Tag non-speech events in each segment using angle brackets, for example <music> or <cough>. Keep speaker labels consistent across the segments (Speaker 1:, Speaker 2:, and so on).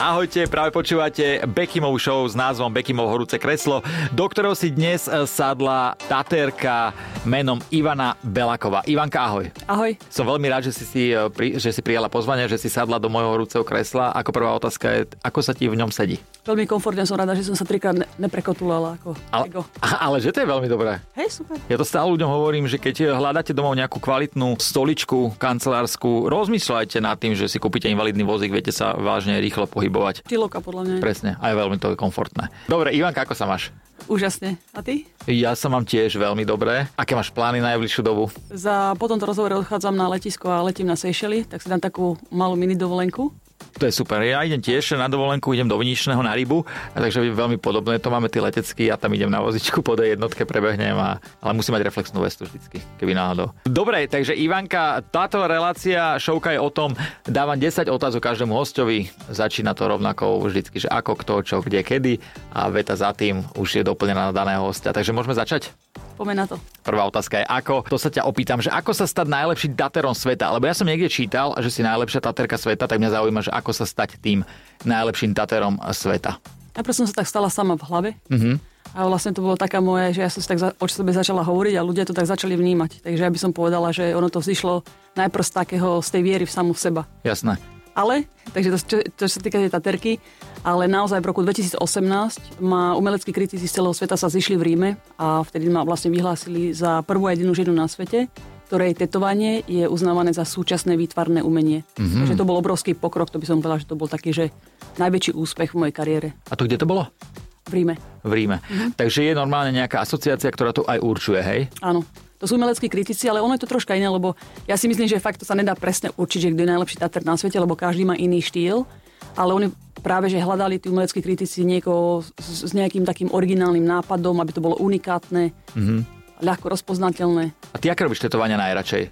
Speaker 1: Ahojte, práve počúvate Bekimov show s názvom Bekimov horúce kreslo, do ktorého si dnes eh, sadla tatérka menom Ivana Belaková. Ivanka, ahoj.
Speaker 2: Ahoj.
Speaker 1: Som veľmi rád, že si, si, eh, pri, že si prijala pozvanie, že si sadla do mojho horúceho kresla. Ako prvá otázka je, ako sa ti v ňom sedí?
Speaker 2: Veľmi komfortne som rada, že som sa trikrát ne- neprekotulala ako
Speaker 1: Ale,
Speaker 2: ego.
Speaker 1: <laughs> ale že to je veľmi dobré.
Speaker 2: Hej, super.
Speaker 1: Ja to stále ľuďom hovorím, že keď eh, hľadáte domov nejakú kvalitnú stoličku kancelárskú, rozmýšľajte nad tým, že si kúpite invalidný vozík, viete sa vážne rýchlo pohybovať.
Speaker 2: Tiloka podľa mňa. Pre...
Speaker 1: Presne, aj veľmi to je komfortné. Dobre, Ivanka, ako sa máš?
Speaker 2: Úžasne. A ty?
Speaker 1: Ja sa mám tiež veľmi dobre. Aké máš plány na najbližšiu dobu?
Speaker 2: Za, po tomto rozhovore odchádzam na letisko a letím na Seychely, tak si dám takú malú mini dovolenku.
Speaker 1: To je super. Ja idem tiež na dovolenku, idem do Viničného na rybu, a takže veľmi podobné to máme tie letecky, ja tam idem na vozičku po tej jednotke, prebehnem, a, ale musím mať reflexnú vestu vždycky, keby náhodou. Dobre, takže Ivanka, táto relácia šovka je o tom, dávam 10 otázok každému hostovi, začína to rovnako vždycky, že ako, kto, čo, kde, kedy a veta za tým už je doplnená na daného hostia. Takže môžeme začať?
Speaker 2: Pomeň na to.
Speaker 1: Prvá otázka je ako. To sa ťa opýtam, že ako sa stať najlepším daterom sveta? Lebo ja som niekde čítal, že si najlepšia taterka sveta, tak mňa zaujíma, že ako sa stať tým najlepším daterom sveta.
Speaker 2: Najprv som sa tak stala sama v hlave. Mm-hmm. A vlastne to bolo taká moje, že ja som si tak za, o sebe začala hovoriť a ľudia to tak začali vnímať. Takže ja by som povedala, že ono to vzýšlo najprv z takého, z tej viery v samú seba.
Speaker 1: Jasné.
Speaker 2: Ale, takže to, čo, čo sa týka tej taterky, ale naozaj v roku 2018 ma umeleckí kritici z celého sveta sa zišli v Ríme a vtedy ma vlastne vyhlásili za prvú a jedinú ženu na svete, ktorej tetovanie je uznávané za súčasné výtvarné umenie. Mm-hmm. Takže to bol obrovský pokrok, to by som povedala, že to bol taký, že najväčší úspech v mojej kariére
Speaker 1: A to kde to bolo?
Speaker 2: v Ríme.
Speaker 1: V Ríme. Takže je normálne nejaká asociácia, ktorá to aj určuje, hej?
Speaker 2: Áno. To sú umeleckí kritici, ale ono je to troška iné, lebo ja si myslím, že fakt to sa nedá presne určiť, že kto je najlepší tater na svete, lebo každý má iný štýl, ale oni práve, že hľadali tí umeleckí kritici niekoho s, s nejakým takým originálnym nápadom, aby to bolo unikátne, mm-hmm. ľahko rozpoznateľné.
Speaker 1: A ty aké robíš tetovania najradšej?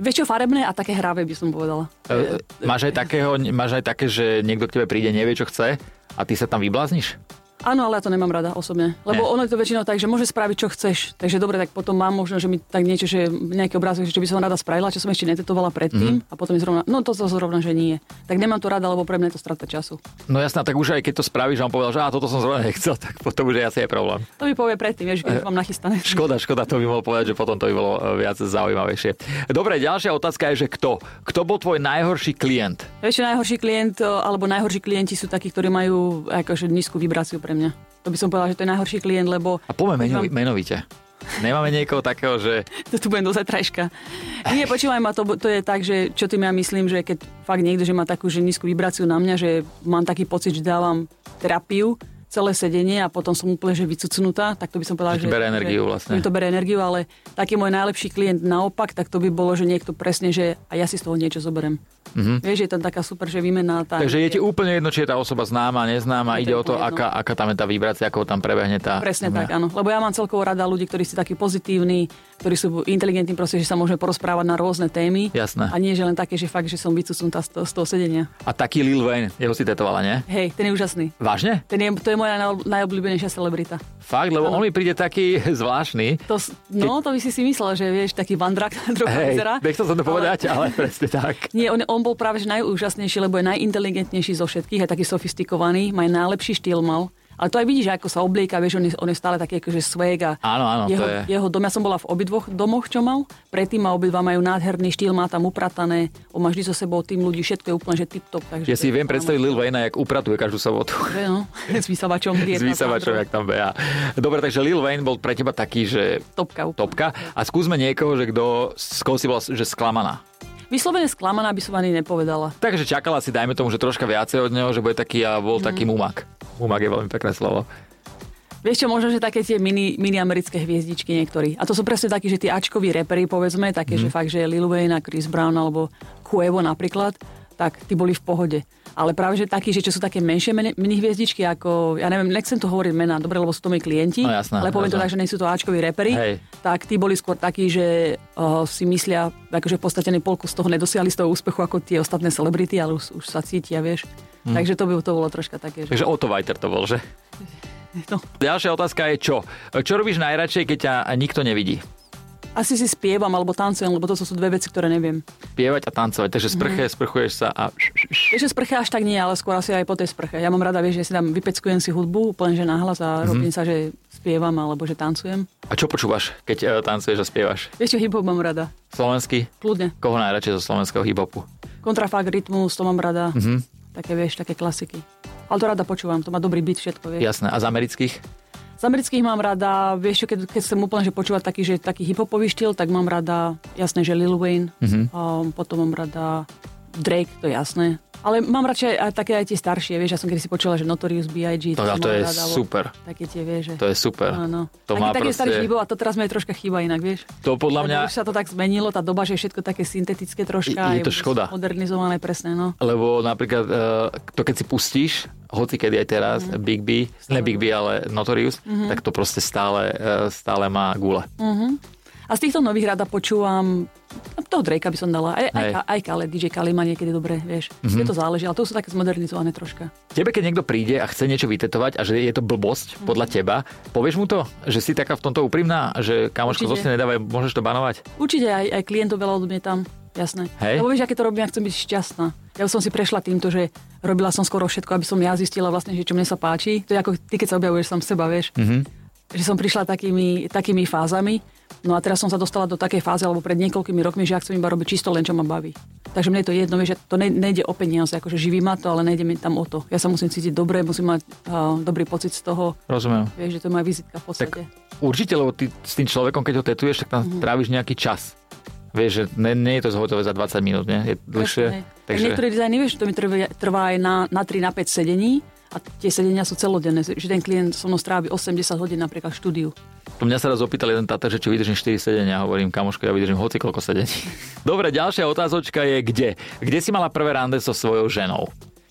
Speaker 2: Väčšie farebné a také hravé by som povedala.
Speaker 1: E, Máš aj, takého, máš aj také, že niekto k tebe príde, nevie, čo chce a ty sa tam vyblázniš?
Speaker 2: Áno, ale ja to nemám rada osobne. Lebo
Speaker 1: Nie.
Speaker 2: ono je to väčšinou tak, že môže spraviť, čo chceš. Takže dobre, tak potom mám možno, že mi tak niečo, že nejaký obrázok, že čo by som rada spravila, čo som ešte netetovala predtým mm-hmm. a potom je zrovna, no to, to zrovna, že nie. Tak nemám to rada, lebo pre mňa je to strata času.
Speaker 1: No jasná, tak už aj keď to spravíš, a on povedal, že á, toto som zrovna nechcel, <laughs> tak potom už je asi aj problém.
Speaker 2: To mi povie predtým, vieš, keď už mám nachystané. <laughs>
Speaker 1: Škoda, škoda, to by mohol povedať, že potom to by bolo e, viac zaujímavejšie. Dobre, ďalšia otázka je, že kto? Kto bol tvoj najhorší klient?
Speaker 2: Vieš, čo, najhorší klient eh, alebo najhorší klienti sú takí, ktorí majú akože nízku vibráciu pre mňa. To by som povedala, že to je najhorší klient, lebo
Speaker 1: A poďme meno,
Speaker 2: Mám-
Speaker 1: menovite. Nemáme niekoho takého, že...
Speaker 2: <laughs> to tu budem do zajtrajška. Nie, počúvaj ma, to, bo- to je tak, že čo tým ja myslím, že keď fakt niekto, že má takú že nízku vibráciu na mňa, že mám taký pocit, že dávam terapiu, celé sedenie a potom som úplne že vycucnutá, tak to by som povedala,
Speaker 1: Že ti bere energiu vlastne.
Speaker 2: mi to bere energiu, ale taký môj najlepší klient naopak, tak to by bolo, že niekto presne, že a ja si z toho niečo zoberiem.
Speaker 1: Mhm.
Speaker 2: Mm-hmm. Vieš, je tam taká super, že výmena. Tá...
Speaker 1: Takže je ti úplne jedno, či je tá osoba známa, neznáma,
Speaker 2: Je to
Speaker 1: ide o to,
Speaker 2: úplne jedno.
Speaker 1: aká, aká tam je tá vibrácia, ako tam prebehne tá...
Speaker 2: Presne tak, áno. Lebo ja mám celkovo rada ľudí, ktorí sú takí pozitívni, ktorí sú inteligentní, proste, že sa môžeme porozprávať na rôzne témy.
Speaker 1: Jasné.
Speaker 2: A nie, že len také, že fakt, že som vycucnutá z, to, z toho sedenia.
Speaker 1: A taký Lil Wayne, jeho si tetovala, nie?
Speaker 2: Hej, ten je úžasný.
Speaker 1: Vážne?
Speaker 2: Ten je, to je moja naj- najobľúbenejšia celebrita.
Speaker 1: Fakt? Lebo on mi príde taký <laughs> zvláštny.
Speaker 2: To, s- no, to by si si myslel, že vieš, taký <laughs> vandrak trochu
Speaker 1: Hej,
Speaker 2: vyzerá.
Speaker 1: nechcel som to povedať, ale presne tak.
Speaker 2: Nie, on, on bol práve že najúžasnejší, lebo je najinteligentnejší zo všetkých, je taký sofistikovaný, má aj najlepší štýl mal. Ale to aj vidíš, ako sa oblieka, vieš, on je, on je stále taký akože swag a
Speaker 1: Áno, áno, to
Speaker 2: jeho,
Speaker 1: je.
Speaker 2: jeho dom, ja som bola v obidvoch domoch, čo mal, predtým ma obidva majú nádherný štýl, má tam upratané, on má vždy so sebou tým ľudí, všetko je úplne, že tip-top. Takže
Speaker 1: Ja si viem predstaviť Lil Wayna, jak upratuje každú sobotu.
Speaker 2: Že no, <laughs> s vysavačom.
Speaker 1: <laughs> S vysavačom, jak tam beha. Dobre, takže Lil Wayne bol pre teba taký, že
Speaker 2: Topka úplne.
Speaker 1: topka. A skúsme niekoho, že kto, z koho si bola že sklamaná.
Speaker 2: Vyslovene sklamaná by som ani nepovedala.
Speaker 1: Takže čakala si, dajme tomu, že troška viacej od neho, že bude taký a bol taký
Speaker 2: Mhm.
Speaker 1: mumak. Mumak je veľmi pekné slovo.
Speaker 2: Vieš čo, možno, že také tie mini, mini americké hviezdičky niektorí. A to sú presne takí, že tí ačkoví repery, povedzme, také,
Speaker 1: Mhm.
Speaker 2: mm. že fakt, že Lil Wayne a Chris Brown alebo Cuevo napríklad, tak tí boli v pohode. Ale práve, že takí, že čo sú také menšie meni, mini hviezdičky, ako, ja neviem, nechcem tu hovoriť mená, dobre, lebo sú to moji klienti,
Speaker 1: No jasné,
Speaker 2: ale poviem to
Speaker 1: jasné.
Speaker 2: tak, že nie sú to ačkoví repery,
Speaker 1: Hej.
Speaker 2: tak tí boli skôr takí, že uh, si myslia, akože v podstate ani polku z toho nedosiahli z toho úspechu ako tie ostatné celebrity, ale už, už sa cítia, vieš.
Speaker 1: Mhm.
Speaker 2: Mm. Takže to by to bolo troška také, že...
Speaker 1: Takže Otto Vajter to bol, že?
Speaker 2: No.
Speaker 1: Ďalšia otázka je čo? Čo robíš najradšej, keď ťa nikto nevidí?
Speaker 2: Asi si spievam alebo tancujem, lebo to sú dve veci, ktoré neviem.
Speaker 1: Spievať a tancovať, takže sprche,
Speaker 2: Mhm.
Speaker 1: sprchuješ sa a...
Speaker 2: Vieš, že sprcha až tak nie, ale skôr asi aj po tej sprche. Ja mám rada, vieš, že si tam vypeckujem si hudbu úplne, že nahlas a robím sa, že spievam alebo že tancujem.
Speaker 1: A čo počúvaš, keď e, tancuješ a spievaš?
Speaker 2: Vieš, čo hip-hop mám rada?
Speaker 1: Slovenský?
Speaker 2: Kľudne.
Speaker 1: Koho najradšej zo slovenského hip-hopu?
Speaker 2: Kontrafakt, rytmus, to mám rada.
Speaker 1: Mhm.
Speaker 2: Mm-hmm. Také, vieš, také klasiky. Ale to rada počúvam, to má dobrý beat, všetko, vieš. Ja.
Speaker 1: Jasné. A z amerických?
Speaker 2: Z amerických mám rada, vieš, čo, keď, keď som úplne, že počúvať taký, že taký hiphopový štýl, tak mám rada, jasné, že Lil Wayne,
Speaker 1: Mhm.
Speaker 2: mm-hmm. um, potom mám rada Drake, to je jasné. Ale mám radšej aj také aj tie staršie, vieš, ja som kedy si počula, že Notorious B.I.G.
Speaker 1: To, No,
Speaker 2: som
Speaker 1: to
Speaker 2: mala
Speaker 1: je
Speaker 2: rada, alebo
Speaker 1: super.
Speaker 2: Také tie, vieš, že...
Speaker 1: To je super.
Speaker 2: Áno.
Speaker 1: To
Speaker 2: taký,
Speaker 1: má
Speaker 2: taký starý
Speaker 1: proste...
Speaker 2: hip a to teraz mi je troška chýba inak, vieš.
Speaker 1: To podľa mňa...
Speaker 2: Už sa to tak zmenilo, tá doba, že je všetko také syntetické
Speaker 1: Je-
Speaker 2: troška.
Speaker 1: je to škoda.
Speaker 2: Modernizované, presne, no.
Speaker 1: Lebo napríklad eh, to, keď si pustíš, hoci kedy aj teraz,
Speaker 2: Mhm.
Speaker 1: mm. Big B, ne Big B, ale Notorious, mm-hmm. tak to proste stále, eh, stále má gule. Mm.
Speaker 2: Mhm. A z týchto nových rada počúvam no, toho Drakea by som dala. Aj, aj,
Speaker 1: Hej.
Speaker 2: Ka- aj Kale, DJ Kale má niekedy dobre, vieš. Mm-hmm. to záleží, ale to už sú také zmodernizované troška.
Speaker 1: Tebe, keď niekto príde a chce niečo vytetovať a že je to
Speaker 2: Mhm.
Speaker 1: blbosť podľa teba, povieš mu to, že si taká v tomto úprimná, že kamoško,
Speaker 2: Určite.
Speaker 1: zase nedávaj, môžeš to banovať?
Speaker 2: Určite aj, aj klientov veľa odmietam, jasné.
Speaker 1: Hej.
Speaker 2: Lebo vieš, aké to robím, ja chcem byť šťastná. Ja už som si prešla týmto, že robila som skoro všetko, aby som ja zistila vlastne, že čo mne sa páči. To je ako ty, keď sa objavuješ sám seba, vieš. Mm-hmm. Že som prišla takými, takými fázami. No a teraz som sa dostala do takej fázy, alebo pred niekoľkými rokmi, že ja chcem iba robiť čisto len, čo ma baví. Takže mne je to jedno, vieš, že to ne, nejde o peniaze, akože živí ma to, ale nejde mi tam o to. Ja sa musím cítiť dobre, musím mať uh, dobrý pocit z toho,
Speaker 1: Rozumiem.
Speaker 2: vieš, že to je moja vizitka v podstate.
Speaker 1: Určite, lebo ty s tým človekom, keď ho tetuješ, tak tam
Speaker 2: Mhm.
Speaker 1: tráviš nejaký čas. Vieš, že ne, nie je to zhotové za 20 minút, nie? Je dlhšie.
Speaker 2: Jasné. Takže... Niektoré dizajny, vieš, to mi trvá, trvá aj na, na 3, na 5 sedení a tie sedenia sú celodenné, že ten klient so mnou strávi 80 hodín napríklad v štúdiu.
Speaker 1: To mňa sa raz opýtal jeden tata, že či vydržím 4 sedenia. Hovorím, kamoško, ja vydržím hoci koľko sedení. <laughs> Dobre, ďalšia otázočka je kde? Kde si mala prvé rande so svojou ženou?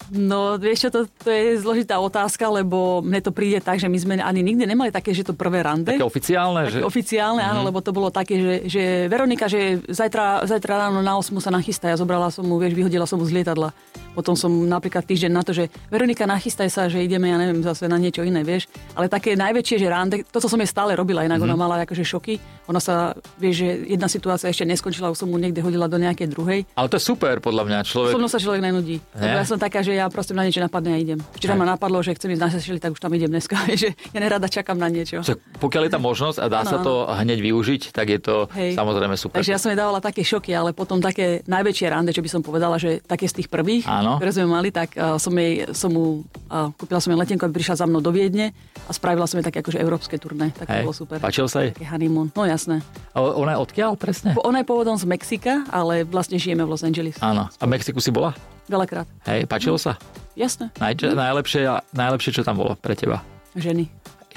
Speaker 2: No, vieš čo, to, to je zložitá otázka, lebo mne to príde tak, že my sme ani nikdy nemali také, že to prvé rande.
Speaker 1: Také oficiálne,
Speaker 2: Také
Speaker 1: že...
Speaker 2: oficiálne, áno, lebo to bolo také, že, že Veronika, že zajtra, zajtra ráno na 8 sa nachystá, ja zobrala som mu, vieš, vyhodila som mu z lietadla. Potom som napríklad týždeň na to, že Veronika, nachystaj sa, že ideme, ja neviem, zase na niečo iné, vieš. Ale také najväčšie, že rande, toto som jej stále robila, inak mm-hmm. ona mala akože šoky. Ona sa, vieš, že jedna situácia ešte neskončila, už som mu niekde hodila do nejakej druhej.
Speaker 1: Ale to je super, podľa mňa. Človek...
Speaker 2: So mnou sa človek nenudí. Lebo
Speaker 1: Ne?
Speaker 2: ja som taká, že ja proste na niečo napadne a idem. Včera
Speaker 1: Hej.
Speaker 2: ma napadlo, že chcem ísť na sešili, tak už tam idem dneska. <laughs> že ja nerada čakám na niečo.
Speaker 1: Čo, Pokiaľ je tá možnosť a dá
Speaker 2: Áno,
Speaker 1: sa to hneď využiť, tak je to
Speaker 2: Hej.
Speaker 1: samozrejme super.
Speaker 2: Takže ja som jej dávala také šoky, ale potom také najväčšie rande, čo by som povedala, že také z tých prvých,
Speaker 1: Áno.
Speaker 2: ktoré sme mali, tak uh, som jej, som mu, uh, kúpila som jej letenku, aby prišla za mnou do Viedne a spravila som jej také akože európske turné, tak to
Speaker 1: Hej.
Speaker 2: bolo super.
Speaker 1: Páčil sa jej?
Speaker 2: Také honeymoon, no jasné.
Speaker 1: A o- Ona je odkiaľ presne?
Speaker 2: Po- Ona je pôvodom z Mexika, ale vlastne žijeme v Los Angeles.
Speaker 1: Áno. A v Mexiku si bola?
Speaker 2: Veľakrát.
Speaker 1: Hej,
Speaker 2: No.
Speaker 1: páčilo sa?
Speaker 2: Jasné.
Speaker 1: Naj, najlepšie, najlepšie, čo tam bolo pre teba?
Speaker 2: Ženy.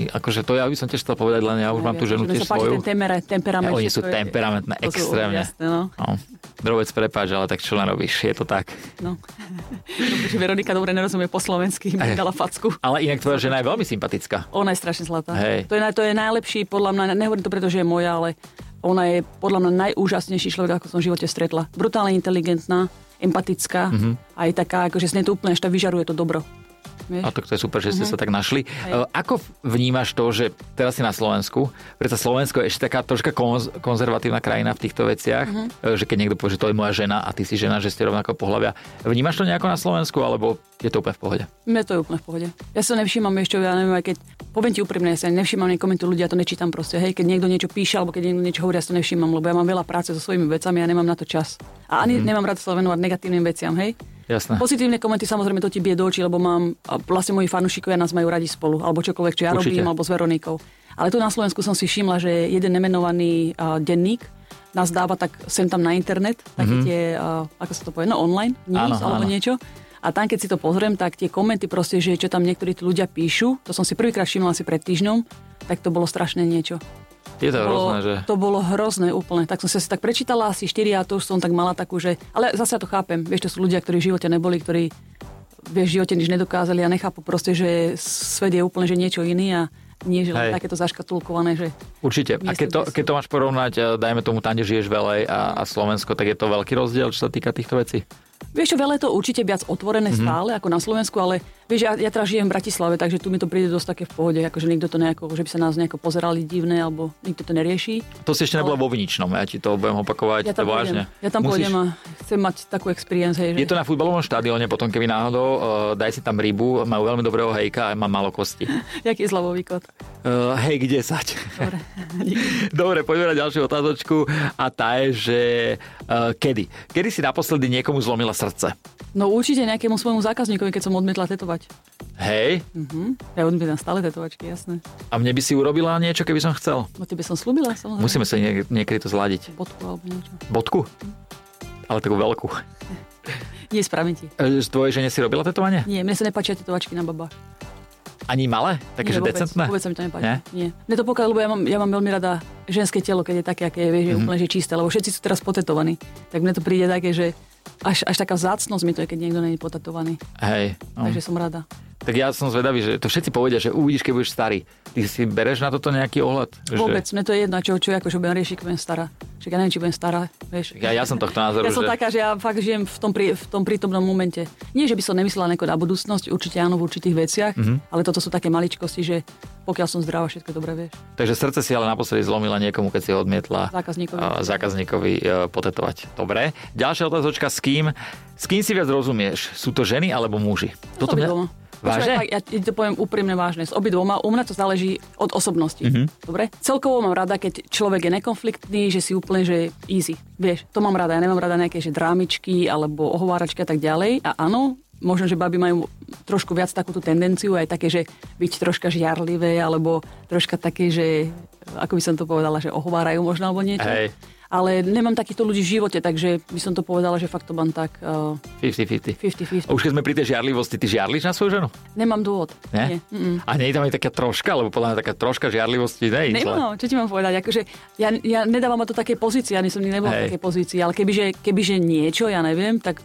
Speaker 1: I- Akože to ja by som tiež chcel povedať, len ja už mám tú
Speaker 2: Najviac.
Speaker 1: ženu
Speaker 2: Že mi
Speaker 1: tiež
Speaker 2: akože sa páči
Speaker 1: svoju.
Speaker 2: Ten temere, temperament.
Speaker 1: Oni sú
Speaker 2: všetko je-
Speaker 1: temperamentné,
Speaker 2: to sú-
Speaker 1: extrémne.
Speaker 2: Jasné, no.
Speaker 1: No. Drovec, prepáč, ale tak čo len robíš, je to tak.
Speaker 2: no. <laughs> Dobre, že Veronika dobre nerozumie po slovensky, mi dala facku.
Speaker 1: Ale inak tvoja žena je veľmi sympatická.
Speaker 2: Ona je strašne zlatá.
Speaker 1: Hej.
Speaker 2: To, je, naj- to je najlepší, podľa mňa, nehovorím to preto, že je moja, ale ona je podľa mňa najúžasnejší človek, ako som v živote stretla. Brutálne inteligentná, empatická,
Speaker 1: Mhm.
Speaker 2: mm-hmm. aj taká, akože s nej to úplne až to vyžaruje to dobro. Vieš?
Speaker 1: A tak to je super, že ste
Speaker 2: Mhm.
Speaker 1: sa tak našli. E, Ako vnímaš to, že teraz si na Slovensku, predsa Slovensko je ešte taká troška konz- konzervatívna krajina v týchto veciach,
Speaker 2: Mhm.
Speaker 1: e, že keď niekto povie, že to je moja žena a ty si žena, že ste rovnako pohľavia. Vnímaš to nejako na Slovensku, alebo je to úplne v pohode?
Speaker 2: Mne to je úplne v pohode. Ja sa nevšímam ešte, ja neviem, aj keď poviem ti úprimne, ja sa nevšímam nekomentu ľudia, to nečítam proste, hej, keď niekto niečo píše alebo keď niekto niečo hovorí, ja sa to nevšímam, lebo ja mám veľa práce so svojimi vecami a ja nemám na to čas.
Speaker 1: Mhm.
Speaker 2: A ani mm-hmm. nemám rád sa venovať negatívnym veciam, hej.
Speaker 1: Jasné.
Speaker 2: Pozitívne komenty samozrejme to ti bije do očí, lebo mám, a vlastne moji fanúšikovia nás majú radi spolu, alebo čokoľvek, čo ja
Speaker 1: Určite.
Speaker 2: robím, alebo s Veronikou. Ale tu na Slovensku som si všimla, že jeden nemenovaný a, denník nás dáva tak sem tam na internet, také mm-hmm. tie, a, ako sa to povie, no online,
Speaker 1: Mhm.
Speaker 2: news
Speaker 1: Áno,
Speaker 2: alebo
Speaker 1: áno.
Speaker 2: niečo. A tam, keď si to pozriem, tak tie komenty proste, že čo tam niektorí tí ľudia píšu, to som si prvýkrát všimla asi pred týždňom, tak to bolo strašné niečo.
Speaker 1: Je to
Speaker 2: Bolo-
Speaker 1: hrozné, že...
Speaker 2: To bolo hrozné úplne. Tak som si asi tak prečítala asi 4 a to už som tak mala takú, že... Ale zase ja to chápem. Vieš, to sú ľudia, ktorí v živote neboli, ktorí vieš, v živote nič nedokázali a nechápu proste, že svet je úplne že niečo iný a nie, že len
Speaker 1: Hej.
Speaker 2: takéto zaškatulkované, že...
Speaker 1: Určite. A
Speaker 2: Miesto,
Speaker 1: keď to,
Speaker 2: kde sú.
Speaker 1: keď to máš porovnať, e, dajme tomu, tam, kde žiješ veľa a, a Slovensko, tak je to veľký rozdiel, čo sa týka týchto vecí. Mhm.
Speaker 2: Vieš čo, veľa je to určite viac otvorené mm-hmm. stále ako na Slovensku, ale Vieš, ja, ja teraz žijem v Bratislave, takže tu mi to príde dosť také v pohode, akože nikto to nejako, že by sa nás nejako pozerali divné, alebo nikto to nerieši.
Speaker 1: To si ešte nebola vo Viničnom, ja ti to budem opakovať,
Speaker 2: Ja tam
Speaker 1: to vážne.
Speaker 2: pôjdem, ja tam pôjdem a chcem mať takú experience, hej, že...
Speaker 1: Je to na futbalovom štadióne, potom keby náhodou, uh, daj si tam rybu, majú veľmi dobrého hejka a má málo kosti.
Speaker 2: Jaký je zľavový kód?
Speaker 1: Uh, hejk 10.
Speaker 2: Dobre.
Speaker 1: <laughs> Dobre, poďme na ďalšiu otázočku a tá je, že uh, kedy? Kedy si naposledy niekomu zlomila srdce?
Speaker 2: No určite nejakému svojmu zákazníkovi, keď som odmietla tetovať.
Speaker 1: Hej,
Speaker 2: Mhm. Ja odmietam stále tetovačky, jasné.
Speaker 1: a mne by si urobila niečo, keby som chcel.
Speaker 2: No tebe som slúbila, samozrejme.
Speaker 1: Musíme sa nie- niekedy to zladiť.
Speaker 2: Bodku alebo niečo.
Speaker 1: Bodku? Ale takú veľkú.
Speaker 2: Nie, spravím ti.
Speaker 1: E, Tvojej žene si robila tetovanie?
Speaker 2: Nie, mne sa nepáčia tetovačky na babách.
Speaker 1: Ani malé? Také,
Speaker 2: Nie,
Speaker 1: že
Speaker 2: vôbec,
Speaker 1: decentné?
Speaker 2: Vôbec sa mi to nepáči.
Speaker 1: Nie?
Speaker 2: Nie? Nie. Mne to pokiaľ, lebo ja mám, ja mám veľmi rada ženské telo, keď je také, aké je, vieš,
Speaker 1: Mhm.
Speaker 2: mm-hmm. úplne že čisté, lebo všetci sú teraz potetovaní. Tak mne to príde také, že až, až taká vzácnosť mi to je, keď niekto není potetovaný.
Speaker 1: Hej. No.
Speaker 2: Takže som rada.
Speaker 1: Tak ja som zvedavý, že to všetci povedia, že uvidíš, keď budeš starý. Ty si bereš na toto nejaký ohľad?
Speaker 2: Vôbec,
Speaker 1: Že...
Speaker 2: mne to je jedno, čo, čo akože budem riešiť, keď budem stará. Však ja neviem, či budem stará, vieš.
Speaker 1: Ja, ja som tohto názoru,
Speaker 2: Ja som
Speaker 1: že...
Speaker 2: taká, že ja fakt žijem v tom, pri, v tom prítomnom momente. Nie, že by som nemyslela nejako na budúcnosť, určite áno v určitých veciach,
Speaker 1: Mhm.
Speaker 2: mm-hmm. ale toto sú také maličkosti, že pokiaľ som zdravá, všetko dobre vieš.
Speaker 1: Takže srdce si ale naposledy zlomila niekomu, keď si ho odmietla
Speaker 2: Zákazníkovi.
Speaker 1: a, zákazníkovi e, potetovať. Dobre. Ďalšia otázočka, s kým? S kým si viac rozumieš? Sú to ženy alebo muži?
Speaker 2: S obidvoma.
Speaker 1: Vážne?
Speaker 2: Počúvaj, fakt, Ja ti to poviem úprimne vážne. S obidvoma. U mňa to záleží od osobnosti. Mm-hmm. Dobre? Celkovo mám rada, keď človek je nekonfliktný, že si úplne, že easy. Vieš, to mám rada. Ja nemám rada nejaké, že drámičky alebo ohováračky a tak ďalej. A áno, možno, že baby majú trošku viac takúto tendenciu, aj také, že byť troška žiarlivé, alebo troška také, že, ako by som to povedala, že ohovárajú možno alebo niečo.
Speaker 1: Hej.
Speaker 2: Ale nemám takýchto ľudí v živote, takže by som to povedala, že fakt to mám tak eh,
Speaker 1: 50-50. A
Speaker 2: 50-50.
Speaker 1: už keď sme pri tej žiarlivosti, ty žiarliš na svoju ženu?
Speaker 2: Nemám dôvod.
Speaker 1: Nie?
Speaker 2: Mm-mm.
Speaker 1: A nie je tam aj taká troška, lebo podľa mňa taká troška žiarlivosti nie je zle.
Speaker 2: Nemám, čo ti mám povedať, akože ja, ja nedávam ma do takej pozície, ani som nebola
Speaker 1: Hej.
Speaker 2: v takej pozícii, ale kebyže, kebyže niečo, ja neviem, tak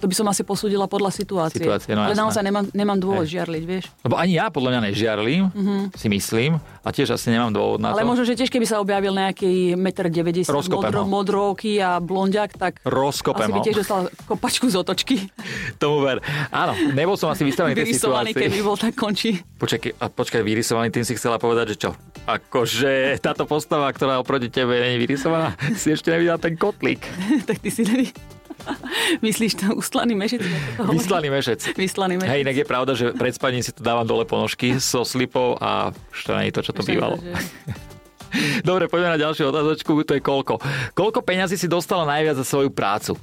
Speaker 2: to by som asi posúdila podľa situácie.
Speaker 1: Situácie, no
Speaker 2: ale
Speaker 1: jasné.
Speaker 2: naozaj nemám, nemám dôvod žiarliť, vieš.
Speaker 1: Lebo ani ja podľa mňa nežiarlím, si myslím, a tiež asi nemám dôvod na
Speaker 2: Mhm. Ale
Speaker 1: to.
Speaker 2: možno, že tiež keby sa objavil nejaký 1,90 m
Speaker 1: Rozkopem ho.
Speaker 2: modro, modrovky a blondiak, tak
Speaker 1: Rozkopem
Speaker 2: asi by
Speaker 1: ho.
Speaker 2: tiež dostal kopačku z otočky.
Speaker 1: Tomu ver. Áno, nebol som asi vystavený tej
Speaker 2: Vyrysovaný,
Speaker 1: situácii.
Speaker 2: keby bol, tak končí. <laughs>
Speaker 1: Počkaj, a počkaj, vyrysovaný, tým si chcela povedať, že čo? Akože táto postava, ktorá oproti tebe nie je vyrysovaná, <laughs> si ešte nevidela ten kotlík.
Speaker 2: tak ty si nevy... <laughs> Myslíš to ustlaný
Speaker 1: <laughs>
Speaker 2: mešec? ako to hovorí?
Speaker 1: Vyslaný mešec.
Speaker 2: No. Vyslaný mešec.
Speaker 1: Hej, inak je pravda, že pred spaním si tu dávam dole ponožky so slipou a už to nie je to, čo to bývalo.
Speaker 2: Takže-
Speaker 1: Dobre, poďme na ďalšiu otázočku, to je koľko. Koľko peňazí si dostala najviac za svoju prácu?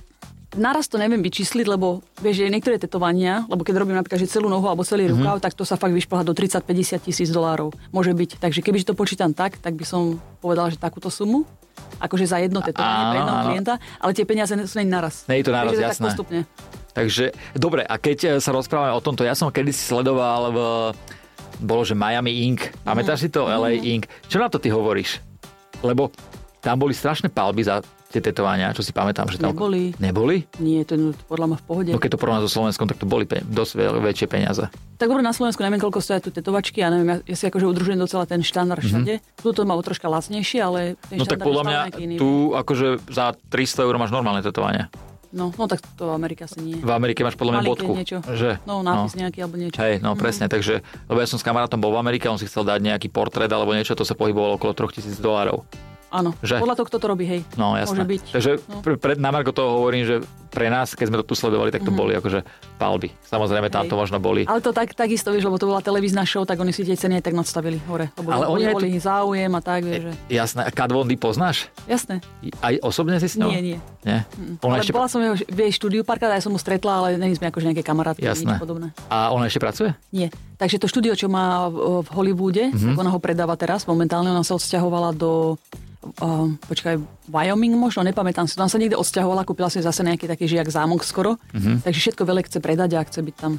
Speaker 2: Naraz to neviem vyčísliť, lebo vieš, že niektoré tetovania, lebo keď robím napríklad že celú nohu alebo
Speaker 1: Mhm.
Speaker 2: celý rukav, tak to sa fakt vyšplhá do 30-50 tisíc dolárov. Môže byť. Takže keby to počítam tak, tak by som povedala, že takúto sumu, akože za jedno tetovanie pre
Speaker 1: Áno,
Speaker 2: jedného
Speaker 1: áno.
Speaker 2: klienta, ale tie peniaze ne- sú nie naraz.
Speaker 1: Nie je to naraz,
Speaker 2: Takže
Speaker 1: jasné.
Speaker 2: Tak postupne.
Speaker 1: Takže, dobre, a keď e, sa rozprávame o tomto, ja som kedysi sledoval v bolo, že Miami Inc. Pamätáš si
Speaker 2: Mhm.
Speaker 1: to? LA Inc. Čo na to ty hovoríš? Lebo tam boli strašné palby za tie tetovania, čo si pamätám. Že tam...
Speaker 2: Neboli.
Speaker 1: Neboli?
Speaker 2: Nie, to je no, podľa mňa v pohode.
Speaker 1: No keď to porovnáš so Slovenskom, tak to boli pe- dosť veľ- väčšie peniaze.
Speaker 2: Tak dobre, na Slovensku neviem, koľko stoja tu tetovačky, ja neviem, ja, ja si akože udržujem docela ten štandard všade. Mm-hmm. Tuto má o troška lacnejšie, ale ten
Speaker 1: Mhm. No
Speaker 2: štandard
Speaker 1: tak
Speaker 2: je
Speaker 1: podľa
Speaker 2: stále
Speaker 1: mňa
Speaker 2: nejaký iný.
Speaker 1: tu akože za 300 eur máš normálne tetovanie.
Speaker 2: No, no tak to Amerika asi nie.
Speaker 1: V Amerike máš podľa mňa
Speaker 2: Malinké
Speaker 1: bodku.
Speaker 2: niečo.
Speaker 1: Že?
Speaker 2: No, nápis no. nejaký alebo niečo.
Speaker 1: Hej, no presne, takže, lebo ja som s kamarátom bol v Amerike, on si chcel dať nejaký portrét alebo niečo, to sa pohybovalo okolo 3000 dolárov.
Speaker 2: Áno,
Speaker 1: Že?
Speaker 2: podľa toho, kto to robí, hej.
Speaker 1: No jasné.
Speaker 2: Môže byť.
Speaker 1: Takže
Speaker 2: No.
Speaker 1: pr- pred na Marko toho hovorím, že pre nás, keď sme to tu sledovali, tak to boli akože palby. Samozrejme, tam
Speaker 2: Mhm. Hej.
Speaker 1: to možno boli.
Speaker 2: Ale to tak, takisto, vieš, lebo to bola televízna show, tak oni si tie ceny aj tak nadstavili hore. Lebo
Speaker 1: Ale
Speaker 2: ale
Speaker 1: oni E-
Speaker 2: oni
Speaker 1: aj
Speaker 2: boli záujem a tak, vieš, že...
Speaker 1: Jasné, a Kat Von D poznáš?
Speaker 2: Jasné,
Speaker 1: Aj osobne si s ňou?
Speaker 2: nie, nie.
Speaker 1: nie? Ona
Speaker 2: Ale
Speaker 1: ešte...
Speaker 2: bola som jeho, v jej štúdiu párkrát, aj som mu stretla, ale není sme akože nejaké kamarátky,
Speaker 1: Jasné.
Speaker 2: nič podobné.
Speaker 1: A ona ešte pracuje?
Speaker 2: Nie. Takže to štúdio, čo má v, v Hollywoode,
Speaker 1: Mhm.
Speaker 2: mm-hmm. tak ona ho predáva teraz. Momentálne ona sa odsťahovala do Uh, počkaj, Wyoming možno, nepamätám si. Tam sa niekde odsťahovala, kúpila si zase nejaký taký žiak zámok skoro.
Speaker 1: Mhm.
Speaker 2: Mm-hmm. Takže všetko veľa chce predať a chce byť tam.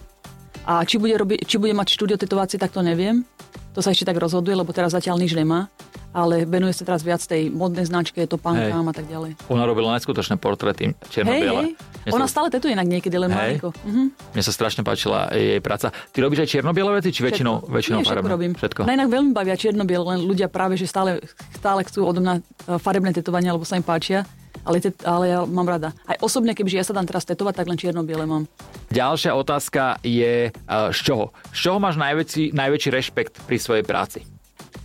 Speaker 2: A či bude, robi, či bude mať štúdio tetovácie, tak to neviem. To sa ešte tak rozhoduje, lebo teraz zatiaľ nič nemá. Ale venuje sa teraz viac tej modnej značke, topánkám a tak ďalej.
Speaker 1: Ona robila neskutočné portréty
Speaker 2: Hej,
Speaker 1: čierno-biele.
Speaker 2: hej.
Speaker 1: Mne
Speaker 2: Ona
Speaker 1: sa,
Speaker 2: stále tetuje inak niekedy, len
Speaker 1: Hej.
Speaker 2: malinko. Mhm.
Speaker 1: mne sa strašne páčila jej práca. Ty robíš aj čierno-biele veci, či väčšinou, väčšinou
Speaker 2: Nie, všetko
Speaker 1: farebné?
Speaker 2: robím.
Speaker 1: Všetko.
Speaker 2: Mňa inak veľmi bavia čierno len ľudia práve, že stále, stále chcú odo mňa e, farebné tetovania, lebo sa im páčia. A ale, te, ale ja mám rada. Aj osobne, kebyže ja sa dám teraz tetovať, tak len čierno-biele mám.
Speaker 1: Ďalšia otázka je, eh, z čoho? Z čoho máš najväčší, najväčší rešpekt pri svojej práci?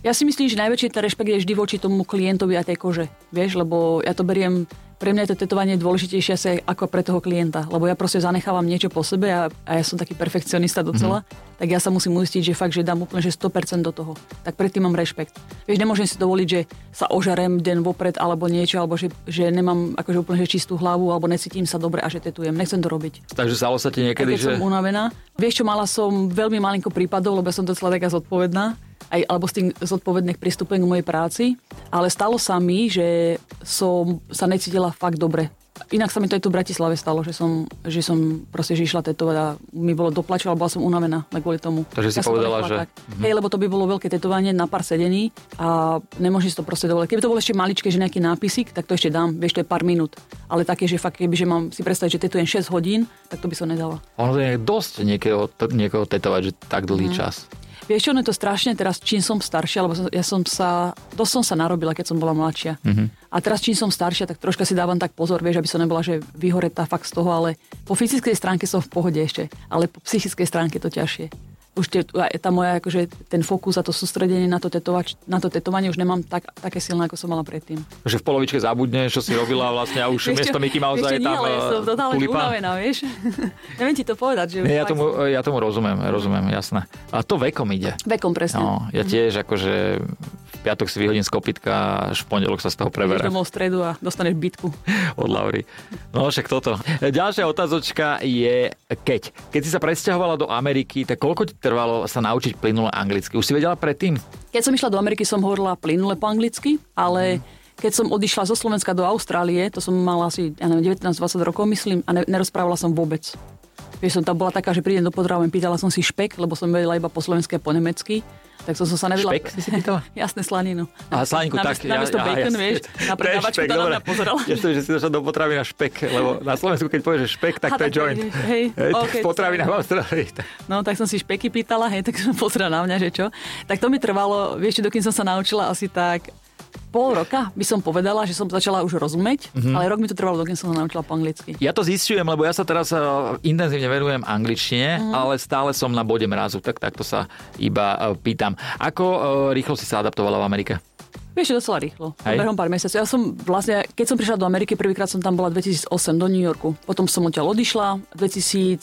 Speaker 2: Ja si myslím, že najväčší ten rešpekt je vždy voči tomu klientovi a tej kože. Vieš, lebo ja to beriem, pre mňa je to tetovanie dôležitejšie asi ako pre toho klienta, lebo ja proste zanechávam niečo po sebe a, a ja som taký perfekcionista docela, mm-hmm. tak ja sa musím uistiť, že fakt, že dám úplne že 100% do toho. Tak predtým mám rešpekt. Vieš, nemôžem si dovoliť, že sa ožarem deň vopred alebo niečo, alebo že, že nemám akože úplne že čistú hlavu alebo necítim sa dobre a že tetujem. Nechcem to robiť.
Speaker 1: Takže stalo sa ti
Speaker 2: Aj
Speaker 1: niekedy,
Speaker 2: keď
Speaker 1: že...
Speaker 2: som unavená. Vieš čo, mala som veľmi malinko prípadov, lebo ja som docela taká zodpovedná, aj, alebo s tým zodpovedné k pristúpeniu k mojej práci, ale stalo sa mi, že som sa necítila fakt dobre. Inak sa mi to aj tu v Bratislave stalo, že som, že som proste že išla tetovať a mi bolo doplačovať, bola som unavená len kvôli tomu.
Speaker 1: Takže si
Speaker 2: som to
Speaker 1: povedala,
Speaker 2: nechala
Speaker 1: že-
Speaker 2: Tak. Hej, lebo to by bolo veľké tetovanie na pár sedení a nemôžem si to proste dovoliť. Keby to bolo ešte maličké, že nejaký nápisik, tak to ešte dám, vieš, to je pár minút. Ale také, že fakt, keby že mám si predstaviť, že tetujem 6 hodín, tak to by som nedala.
Speaker 1: Ono to je dosť niekoho, t- niekoho tetovať, že tak dlhý
Speaker 2: Mhm.
Speaker 1: čas.
Speaker 2: Vieš čo, ono je to strašne teraz, čím som staršia, lebo som, ja som sa, dosť som sa narobila, keď som bola mladšia.
Speaker 1: Mhm.
Speaker 2: Mm-hmm. A teraz čím som staršia, tak troška si dávam tak pozor, vieš, aby som nebola, že vyhoretá fakt z toho, ale po fyzickej stránke som v pohode ešte, ale po psychickej stránke je to ťažšie. Už tie, aj tá moja, akože ten fokus a to sústredenie na to, tetovač, na to tetovanie už nemám tak, také silné, ako som mala predtým.
Speaker 1: Že v polovičke zabudne, čo si robila vlastne a už
Speaker 2: Vieš čo,
Speaker 1: miesto Mickey Mouse
Speaker 2: vieš
Speaker 1: je
Speaker 2: čo, nie,
Speaker 1: tam
Speaker 2: ale ja
Speaker 1: eh,
Speaker 2: som totálne
Speaker 1: tulipán.
Speaker 2: unavená, vieš. <laughs> Neviem ti to povedať, že...
Speaker 1: Nie, ja
Speaker 2: fakt
Speaker 1: tomu, ja tomu rozumiem, rozumiem, jasné. A to vekom ide.
Speaker 2: Vekom presne. No,
Speaker 1: No, ja tiež akože v piatok si vyhodím z kopytka a až v pondelok sa z toho preberem.
Speaker 2: domov v stredu a dostaneš bitku.
Speaker 1: <laughs> od Laury. No však toto. Ďalšia otázočka je keď. Keď si sa presťahovala do Ameriky, tak koľko ti trvalo sa naučiť plynule anglicky? Už si vedela predtým?
Speaker 2: Keď som išla do Ameriky, som hovorila plynule po anglicky,
Speaker 1: Mhm.
Speaker 2: ale keď som odišla zo Slovenska do Austrálie, to som mala asi ja neviem, 19-20 rokov, myslím, a ne, nerozprávala som vôbec. Vieš, som tam bola taká, že prídem do podraven, pýtala som si špek, lebo som vedela iba po slovensky a po nemecky, tak som, som sa nevedela...
Speaker 1: Špek si si pýtala?
Speaker 2: <laughs> Jasné, slaninu.
Speaker 1: A slánku
Speaker 2: na,
Speaker 1: tak.
Speaker 2: Na, na ja, bacon,
Speaker 1: jasne.
Speaker 2: vieš, na
Speaker 1: To je
Speaker 2: predávačku
Speaker 1: špek,
Speaker 2: tá na
Speaker 1: dobre.
Speaker 2: mňa pozerala.
Speaker 1: Ja som, že si došla do potravy na špek, lebo na Slovensku, keď povieš, že špek, tak
Speaker 2: Ha,
Speaker 1: to je
Speaker 2: tak
Speaker 1: joint.
Speaker 2: ideš, hej, ok,
Speaker 1: v potravinách
Speaker 2: to
Speaker 1: v Austrálii. tak-
Speaker 2: No, tak som si špeky pýtala, hej, tak som <laughs> pozrela na mňa, že čo. Tak to mi trvalo, vieš, čo, dokým som sa naučila asi tak pol roka by som povedala, že som začala už rozumieť, mm-hmm. ale rok mi to trvalo, dokým som sa naučila po anglicky.
Speaker 1: Ja to zistujem, lebo ja sa teraz eh, intenzívne venujem angličtine,
Speaker 2: Mhm.
Speaker 1: ale stále som na bode mrazu, tak takto sa iba eh, pýtam. Ako eh, rýchlo si sa adaptovala v Amerike?
Speaker 2: Vieš, čo, docela rýchlo.
Speaker 1: Hej.
Speaker 2: Behom pár mesiacov. Ja som vlastne, keď som prišla do Ameriky, prvýkrát som tam bola 2008 do New Yorku. Potom som odtiaľ odišla, 2009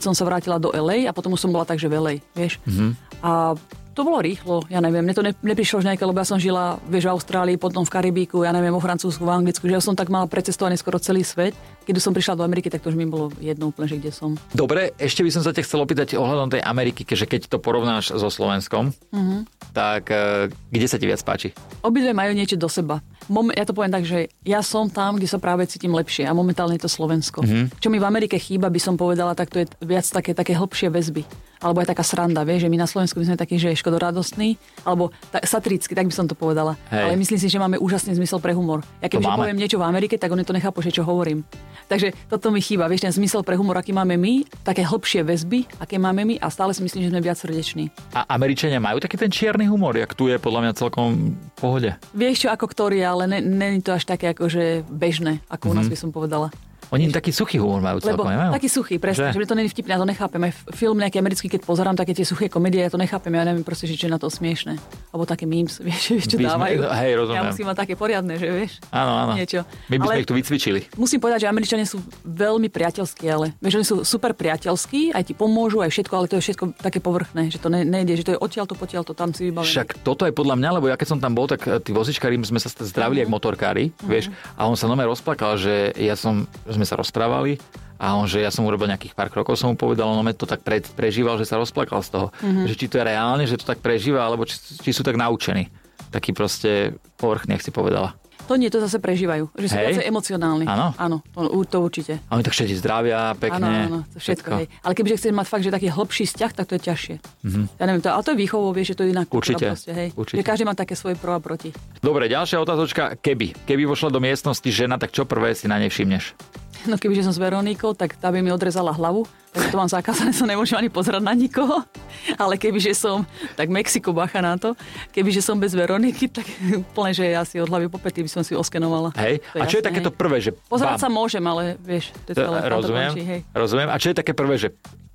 Speaker 2: som sa vrátila do LA a potom už som bola takže v LA, vieš. Mm-hmm. A to bolo rýchlo, ja neviem, mne to ne, neprišlo už nejaké, lebo ja som žila, vieš, v Austrálii, potom v Karibíku, ja neviem, vo Francúzsku, v Anglicku, že ja som tak mala precestovaný skoro celý svet. Keď už som prišla do Ameriky, tak to už mi bolo jedno úplne, že kde som.
Speaker 1: Dobre, ešte by som sa ťa chcel opýtať ohľadom tej Ameriky, keďže keď to porovnáš so Slovenskom,
Speaker 2: Mhm.
Speaker 1: tak e, kde sa ti viac páči?
Speaker 2: Obidve majú niečo do seba. Mom, ja to poviem tak, že ja som tam, kde sa práve cítim lepšie a momentálne je to Slovensko.
Speaker 1: Mhm.
Speaker 2: Mm-hmm. Čo mi v Amerike chýba, by som povedala, tak to je viac také, také hlbšie väzby. Alebo aj taká sranda, vieš, že my na Slovensku my sme takí, že škodoradostní, alebo ta, satricky, tak by som to povedala.
Speaker 1: Hej.
Speaker 2: Ale myslím si, že máme úžasný zmysel pre humor. Ja
Speaker 1: To
Speaker 2: keď
Speaker 1: máme.
Speaker 2: poviem niečo v Amerike, tak oni to nechápu, že čo hovorím. Takže toto mi chýba, vieš, ten zmysel pre humor, aký máme my, také hlbšie väzby, aké máme my a stále si myslím, že sme viac srdeční.
Speaker 1: A Američania majú taký ten čierny humor, jak tu je podľa mňa celkom v pohode.
Speaker 2: Vieš čo, ako ktorý, ale ne- není to až také akože bežné, ako mm-hmm. u nás by som povedala.
Speaker 1: Oni taký suchý humor majú Mhm.
Speaker 2: Lebo
Speaker 1: celkom, nemajú?
Speaker 2: taký suchý,
Speaker 1: Že?
Speaker 2: presne, že, že mi to není vtipné, ja to nechápem. Aj f- film nejaký americký, keď pozerám také tie suché komédie, ja to nechápem, ja neviem proste, že čo je na to smiešne. Alebo také memes, <laughs> vieš, vieš čo
Speaker 1: By sme-
Speaker 2: dávajú.
Speaker 1: <laughs> hej, rozumiem.
Speaker 2: Ja musím mať také poriadne, že vieš.
Speaker 1: Áno, áno.
Speaker 2: Niečo.
Speaker 1: My by sme
Speaker 2: Ale-
Speaker 1: ich tu vycvičili.
Speaker 2: Musím povedať, že Američania sú veľmi priateľskí, ale vieš, oni sú super priateľskí, aj ti pomôžu, aj všetko, ale to je všetko také povrchné, že to ne, nejde, že to je odtiaľ to potiaľ to tam si vybavené.
Speaker 1: Však toto je podľa mňa, lebo ja keď som tam bol, tak e, tí vozičkári my sme sa st-
Speaker 2: Mhm.
Speaker 1: zdravili ako motorkári, vieš, a on sa nome rozplakal, že ja som, sme sa rozprávali a on, že ja som urobil nejakých pár krokov, som mu povedal, on nome to tak pre, prežíval, že sa rozplakal z toho.
Speaker 2: Mhm.
Speaker 1: Že či to je reálne, že to tak prežíva, alebo či, či sú tak naučení. Taký proste povrchný, ak si povedala.
Speaker 2: To nie, to zase prežívajú, že sú
Speaker 1: Hej.
Speaker 2: viacej emocionálni.
Speaker 1: Áno.
Speaker 2: Áno, to, to určite.
Speaker 1: A oni tak všetci zdravia,
Speaker 2: Áno,
Speaker 1: pekne.
Speaker 2: áno, to všetko. Hej. Ale kebyže chceš mať fakt, že taký hlbší vzťah, tak to je ťažšie. Mm-hmm. Ja neviem, to, ale to je výchovou, vieš, že to je iná kultúra
Speaker 1: Mhm. Určite,
Speaker 2: Proste, hej.
Speaker 1: určite.
Speaker 2: Že každý má také svoje pro a proti. <laughs>
Speaker 1: Dobre, ďalšia otázočka. Keby. Keby vošla do miestnosti žena, tak čo prvé si na nej všimneš?
Speaker 2: No kebyže som s Veronikou, tak tá by mi odrezala hlavu. Takže to mám zakázané, <laughs> sa nemôžem ani pozerať na nikoho. <laughs> Ale kebyže som, tak Mexiko bacha na to. Kebyže som bez Veroniky, tak <laughs> úplne, že asi od hlavy po pety by som si oskenovala.
Speaker 1: Hej,
Speaker 2: To
Speaker 1: a čo je
Speaker 2: jasné,
Speaker 1: takéto
Speaker 2: hej.
Speaker 1: prvé, že
Speaker 2: Pozerať sa
Speaker 1: bam, E,
Speaker 2: môžem, ale vieš, to je celé. tam to
Speaker 1: rozumiem,
Speaker 2: končí, hej.
Speaker 1: rozumiem. A čo je také prvé, že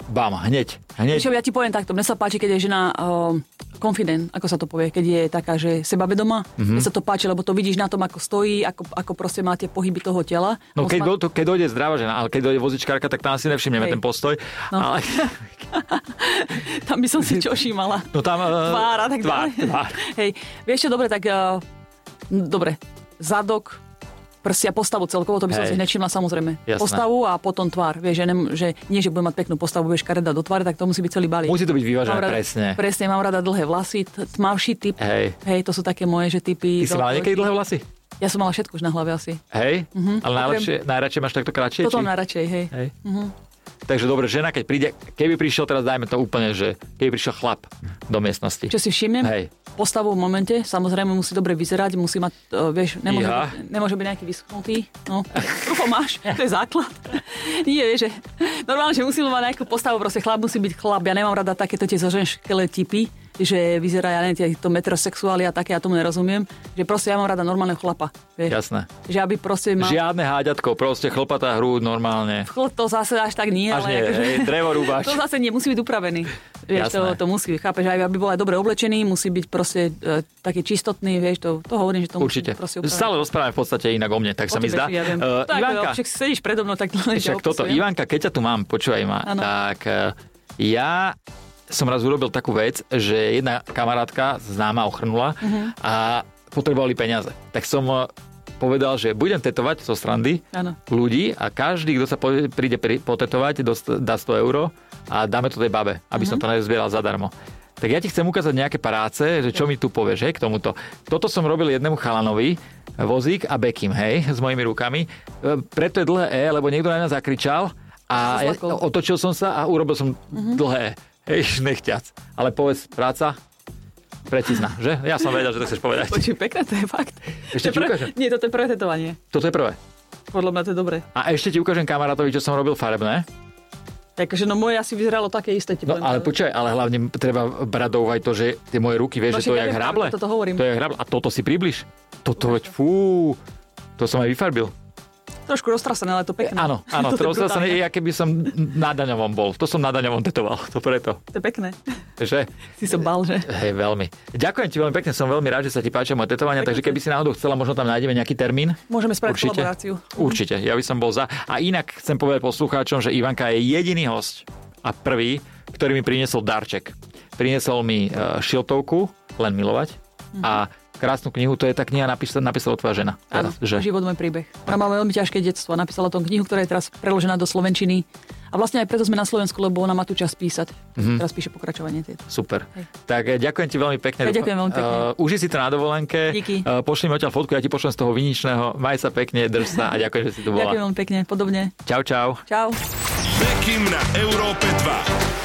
Speaker 1: bam, hneď, hneď.
Speaker 2: Čo ja ti poviem takto, mne sa páči, keď je žena uh, confident, ako sa to povie, keď je taká, že sebavedomá. Mm-hmm.
Speaker 1: Mhm.
Speaker 2: Mne sa to páči, lebo to vidíš na tom, ako stojí, ako, ako proste má tie pohyby toho tela.
Speaker 1: No
Speaker 2: On
Speaker 1: keď,
Speaker 2: sa má-
Speaker 1: do, keď dojde zdravá žena, ale keď dojde vozičkárka, tak tam si nevšimneme
Speaker 2: Hej.
Speaker 1: ten postoj. No. Ale,
Speaker 2: <laughs> Tam by som si čo
Speaker 1: <laughs>
Speaker 2: všímala.
Speaker 1: no
Speaker 2: <laughs>
Speaker 1: tam... e,
Speaker 2: Tvár a tak
Speaker 1: tvár,
Speaker 2: ďalej.
Speaker 1: tvár.
Speaker 2: Hej, vieš čo, dobre, tak... Uh, dobre, zadok, prsia, postavu celkovo, to by som
Speaker 1: Hej.
Speaker 2: si nečimla samozrejme.
Speaker 1: Jasné.
Speaker 2: Postavu a potom tvár. Vieš, že, nem, že nie, že budem mať peknú postavu, budeš kareda do tváre, tak to musí byť celý balík.
Speaker 1: Musí to byť
Speaker 2: Mám
Speaker 1: vyvážené,
Speaker 2: rada-
Speaker 1: presne.
Speaker 2: Presne, mám rada dlhé vlasy, t- tmavší typ.
Speaker 1: Hej.
Speaker 2: Hej, to sú také moje, že typy...
Speaker 1: Ty si
Speaker 2: do-
Speaker 1: mala niekedy dlhé vlasy?
Speaker 2: Ja som mala všetko už na hlave asi.
Speaker 1: Hej? Ale
Speaker 2: Mhm. Okrem-
Speaker 1: najlepšie, najradšej máš takto kratšie?
Speaker 2: Toto
Speaker 1: či-
Speaker 2: mám najradšej, hej.
Speaker 1: Hej.
Speaker 2: Mhm.
Speaker 1: Takže dobre, žena, keď príde, keby prišiel teraz, dajme to úplne, že keby prišiel chlap do miestnosti.
Speaker 2: Čo si všimnem?
Speaker 1: Hej.
Speaker 2: Postavu v momente, samozrejme musí dobre vyzerať, musí mať, uh, vieš, nemôže,
Speaker 1: Iha.
Speaker 2: byť, nemôže byť nejaký vyschnutý. No, <laughs> rucho máš, to je základ. <laughs> Nie, vieš, že normálne, že musí mať nejakú postavu, proste chlap musí byť chlap. Ja nemám rada takéto tie zoženškele typy, že vyzerá, ja neviem, tieto metrosexuály a také, ja tomu nerozumiem. Že proste ja mám rada normálneho chlapa, vieš.
Speaker 1: Jasné.
Speaker 2: Že aby proste mal...
Speaker 1: Žiadne háďatko, proste chlpatá hrúd normálne.
Speaker 2: Chl- to zase až tak nie,
Speaker 1: Až
Speaker 2: ale
Speaker 1: nie,
Speaker 2: akože-
Speaker 1: hej, drevo rúbač.
Speaker 2: to zase nie, musí byť upravený. Vieš, to,
Speaker 1: Jasné.
Speaker 2: to musí, chápeš, aj aby bol aj dobre oblečený, musí byť proste e, taký čistotný, vieš, to, to hovorím, že to
Speaker 1: Určite.
Speaker 2: musí byť proste upravený.
Speaker 1: Stále rozprávame v podstate inak o mne, tak sa mi zdá.
Speaker 2: Ja viem.
Speaker 1: Eh,
Speaker 2: tak, e,
Speaker 1: Ivanka,
Speaker 2: však sedíš predo mnou tak dlho, že
Speaker 1: však toto,
Speaker 2: opisujem.
Speaker 1: Ivanka, keď ťa tu mám, počúvaj ma,
Speaker 2: Áno.
Speaker 1: tak eh, ja som raz urobil takú vec, že jedna kamarátka známa ochrnula
Speaker 2: Mhm.
Speaker 1: a potrebovali peniaze. Tak som eh, povedal, že budem tetovať zo strandy
Speaker 2: Áno.
Speaker 1: ľudí a každý, kto sa po- príde pri- potetovať, dost- dá 100 euro a dáme to tej babe, aby
Speaker 2: Mhm.
Speaker 1: som to nezbieral zadarmo. Tak ja ti chcem ukázať nejaké paráce, že čo mi tu povieš, hej, k tomuto. Toto som robil jednému chalanovi, vozík a Bekim, hej, s mojimi rukami. E, Preto je dlhé E, lebo niekto na mňa zakričal a ja,
Speaker 2: Si sa zlakol. Mhm.
Speaker 1: otočil som sa a urobil som dlhé E. Hej, nechťac. Ale povedz, práca, precízna, že? Ja som vedel, že to chceš
Speaker 2: <laughs>
Speaker 1: povedať.
Speaker 2: Počuj, pekné, to je fakt.
Speaker 1: Ešte
Speaker 2: To je
Speaker 1: ti
Speaker 2: prvé-
Speaker 1: ukážem.
Speaker 2: Nie, toto je prvé tetovanie.
Speaker 1: Toto je prvé.
Speaker 2: Podľa mňa to je dobré.
Speaker 1: A ešte ti ukážem kamarátovi, čo som robil farebné.
Speaker 2: Takže no moje asi vyzeralo také isté. Ti
Speaker 1: No
Speaker 2: poviem.
Speaker 1: ale počkaj, ale hlavne treba brať do úvahy to, že tie moje ruky, vieš,
Speaker 2: No,
Speaker 1: že
Speaker 2: však
Speaker 1: to je
Speaker 2: ja
Speaker 1: jak
Speaker 2: viem,
Speaker 1: hrable.
Speaker 2: preto to hovorím.
Speaker 1: To je jak hrable. A toto si približ. Toto, veď, fú, to som aj vyfarbil.
Speaker 2: Trošku roztrasené, ale <laughs> to pekné.
Speaker 1: Áno, áno,
Speaker 2: Toto je
Speaker 1: to sa
Speaker 2: brutálne.
Speaker 1: ja keby som na daňovom bol. To som na daňovom tetoval, to preto.
Speaker 2: To je pekné. <laughs>
Speaker 1: Že?
Speaker 2: Si som bal, že?
Speaker 1: Hej, veľmi. Ďakujem ti veľmi pekne, som veľmi rád, že sa ti páčia moje tetovania,
Speaker 2: Ďakujem.
Speaker 1: takže keby si náhodou chcela, možno tam nájdeme nejaký termín.
Speaker 2: Môžeme spraviť
Speaker 1: Určite.
Speaker 2: kolaboráciu. Mhm.
Speaker 1: Určite, ja by som bol za. A inak chcem povedať poslucháčom, že Ivanka je jediný host a prvý, ktorý mi priniesol darček. Priniesol mi e, šiltovku, len milovať,
Speaker 2: Mhm.
Speaker 1: a krásnu knihu, to je tá kniha napísala, napísala tvoja žena.
Speaker 2: Áno,
Speaker 1: Teraz, Teda, že?
Speaker 2: život môj príbeh. Ona má veľmi ťažké detstvo. Napísala o tom knihu, ktorá je teraz preložená do slovenčiny. A vlastne aj preto sme na Slovensku, lebo ona má tu čas písať.
Speaker 1: Mhm.
Speaker 2: Mm-hmm. Teraz píše pokračovanie tejto.
Speaker 1: Super.
Speaker 2: Hej.
Speaker 1: Tak e, ďakujem ti veľmi pekne.
Speaker 2: Ja ďakujem veľmi pekne.
Speaker 1: E, uži si to na dovolenke.
Speaker 2: Díky.
Speaker 1: E, pošli mi odtiaľ fotku, ja ti pošlem z toho viničného. Maj sa pekne, drž sa a ďakujem, že si tu bola.
Speaker 2: Ďakujem veľmi pekne, podobne.
Speaker 1: Čau, čau.
Speaker 2: Čau.
Speaker 3: Bekim na Európe 2.